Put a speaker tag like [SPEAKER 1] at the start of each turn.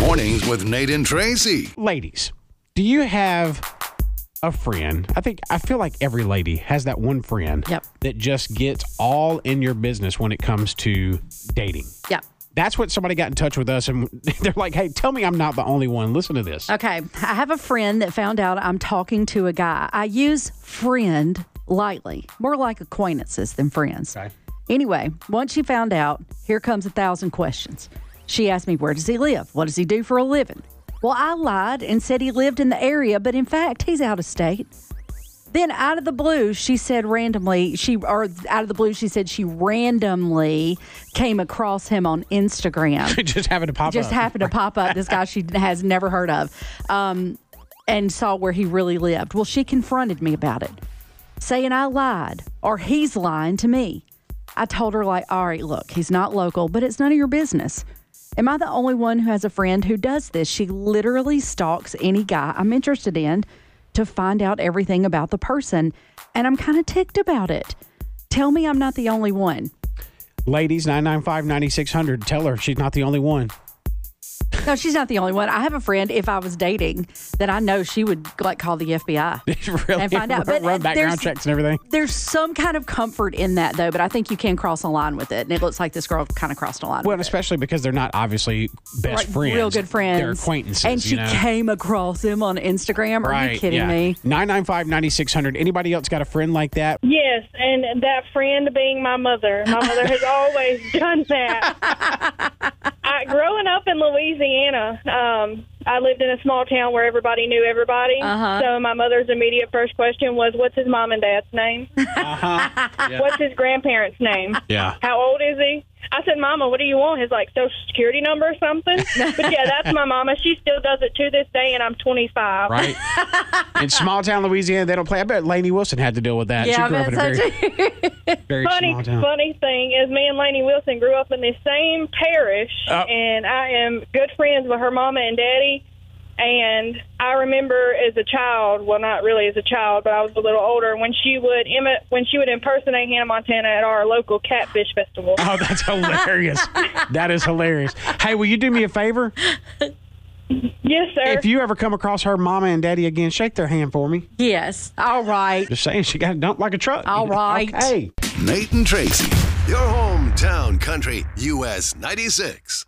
[SPEAKER 1] Mornings with Nate and Tracy.
[SPEAKER 2] ladies, do you have a friend? I think I feel like every lady has that one friend
[SPEAKER 3] Yep.
[SPEAKER 2] that just gets all in your business when it comes to dating.
[SPEAKER 3] Yep.
[SPEAKER 2] That's what somebody got in touch with us and they're like, "Hey, tell me I'm not the only one. Listen to this."
[SPEAKER 3] Okay. I have a friend that found out I'm talking to a guy. I use friend lightly, more like acquaintances than friends.
[SPEAKER 2] Okay.
[SPEAKER 3] Anyway, once she found out, here comes a thousand questions. She asked me, Where does he live? What does he do for a living? Well, I lied and said he lived in the area, but in fact, he's out of state. Then, out of the blue, she said randomly, she, or out of the blue, she said she randomly came across him on Instagram.
[SPEAKER 2] just having to pop
[SPEAKER 3] just
[SPEAKER 2] up.
[SPEAKER 3] happened to pop up this guy she has never heard of um, and saw where he really lived. Well, she confronted me about it, saying I lied or he's lying to me. I told her, like, all right, look, he's not local, but it's none of your business. Am I the only one who has a friend who does this? She literally stalks any guy I'm interested in to find out everything about the person. And I'm kind of ticked about it. Tell me I'm not the only one.
[SPEAKER 2] Ladies 995-9600, tell her she's not the only one.
[SPEAKER 3] No, she's not the only one. I have a friend. If I was dating, that I know she would like call the FBI.
[SPEAKER 2] really
[SPEAKER 3] And find out.
[SPEAKER 2] run,
[SPEAKER 3] But, uh,
[SPEAKER 2] run background
[SPEAKER 3] there's-
[SPEAKER 2] checks and everything.
[SPEAKER 3] There's some kind of comfort in that though, but I think you can cross a line with it. And it looks like this girl kind of crossed a line.
[SPEAKER 2] Well,
[SPEAKER 3] with
[SPEAKER 2] and especially because they're not obviously
[SPEAKER 3] it.
[SPEAKER 2] best
[SPEAKER 3] Like,
[SPEAKER 2] friends.
[SPEAKER 3] real good friends,
[SPEAKER 2] They're acquaintances,
[SPEAKER 3] and she
[SPEAKER 2] you know?
[SPEAKER 3] came across him on Instagram. Are you kidding me?
[SPEAKER 2] 995 9600. Anybody else got a friend like that?
[SPEAKER 4] Yes, and that friend being my mother. My mother has always done that. I, growing up in Louisiana, um, I lived in a small town where everybody knew everybody.
[SPEAKER 3] Uh-huh.
[SPEAKER 4] So my mother's immediate first question was, "What's his mom and dad's name? What's his grandparents' name?
[SPEAKER 2] Uh-huh. Yeah.
[SPEAKER 4] How old is he?" I said, "Mama, what do you want? His like social security number or something?" but yeah, that's my mama. She still does it to this day, and I'm 25.
[SPEAKER 2] Right? In small town Louisiana, they don't play. I bet Lainey Wilson had to deal with that. she
[SPEAKER 3] yeah,
[SPEAKER 2] grew up
[SPEAKER 3] but
[SPEAKER 2] in a very,
[SPEAKER 3] so
[SPEAKER 2] very
[SPEAKER 4] funny
[SPEAKER 2] small town.
[SPEAKER 4] funny thing is me and Laney Wilson grew up in the same parish
[SPEAKER 2] Oh.
[SPEAKER 4] and I am good friends with her mama and daddy and I remember as a child, well not really as a child, but I was a little older when she would imi- when she would impersonate Hannah Montana at our local catfish festival.
[SPEAKER 2] Oh, that's hilarious. that is hilarious. Hey, will you do me a favor?
[SPEAKER 4] yes, sir.
[SPEAKER 2] If you ever come across her mama and daddy again, shake their hand for me.
[SPEAKER 3] yes. All right.
[SPEAKER 2] Just saying, she got it dumped like a truck.
[SPEAKER 3] All right.
[SPEAKER 2] Hey.
[SPEAKER 1] Nate and Tracy, your hometown country, US 96.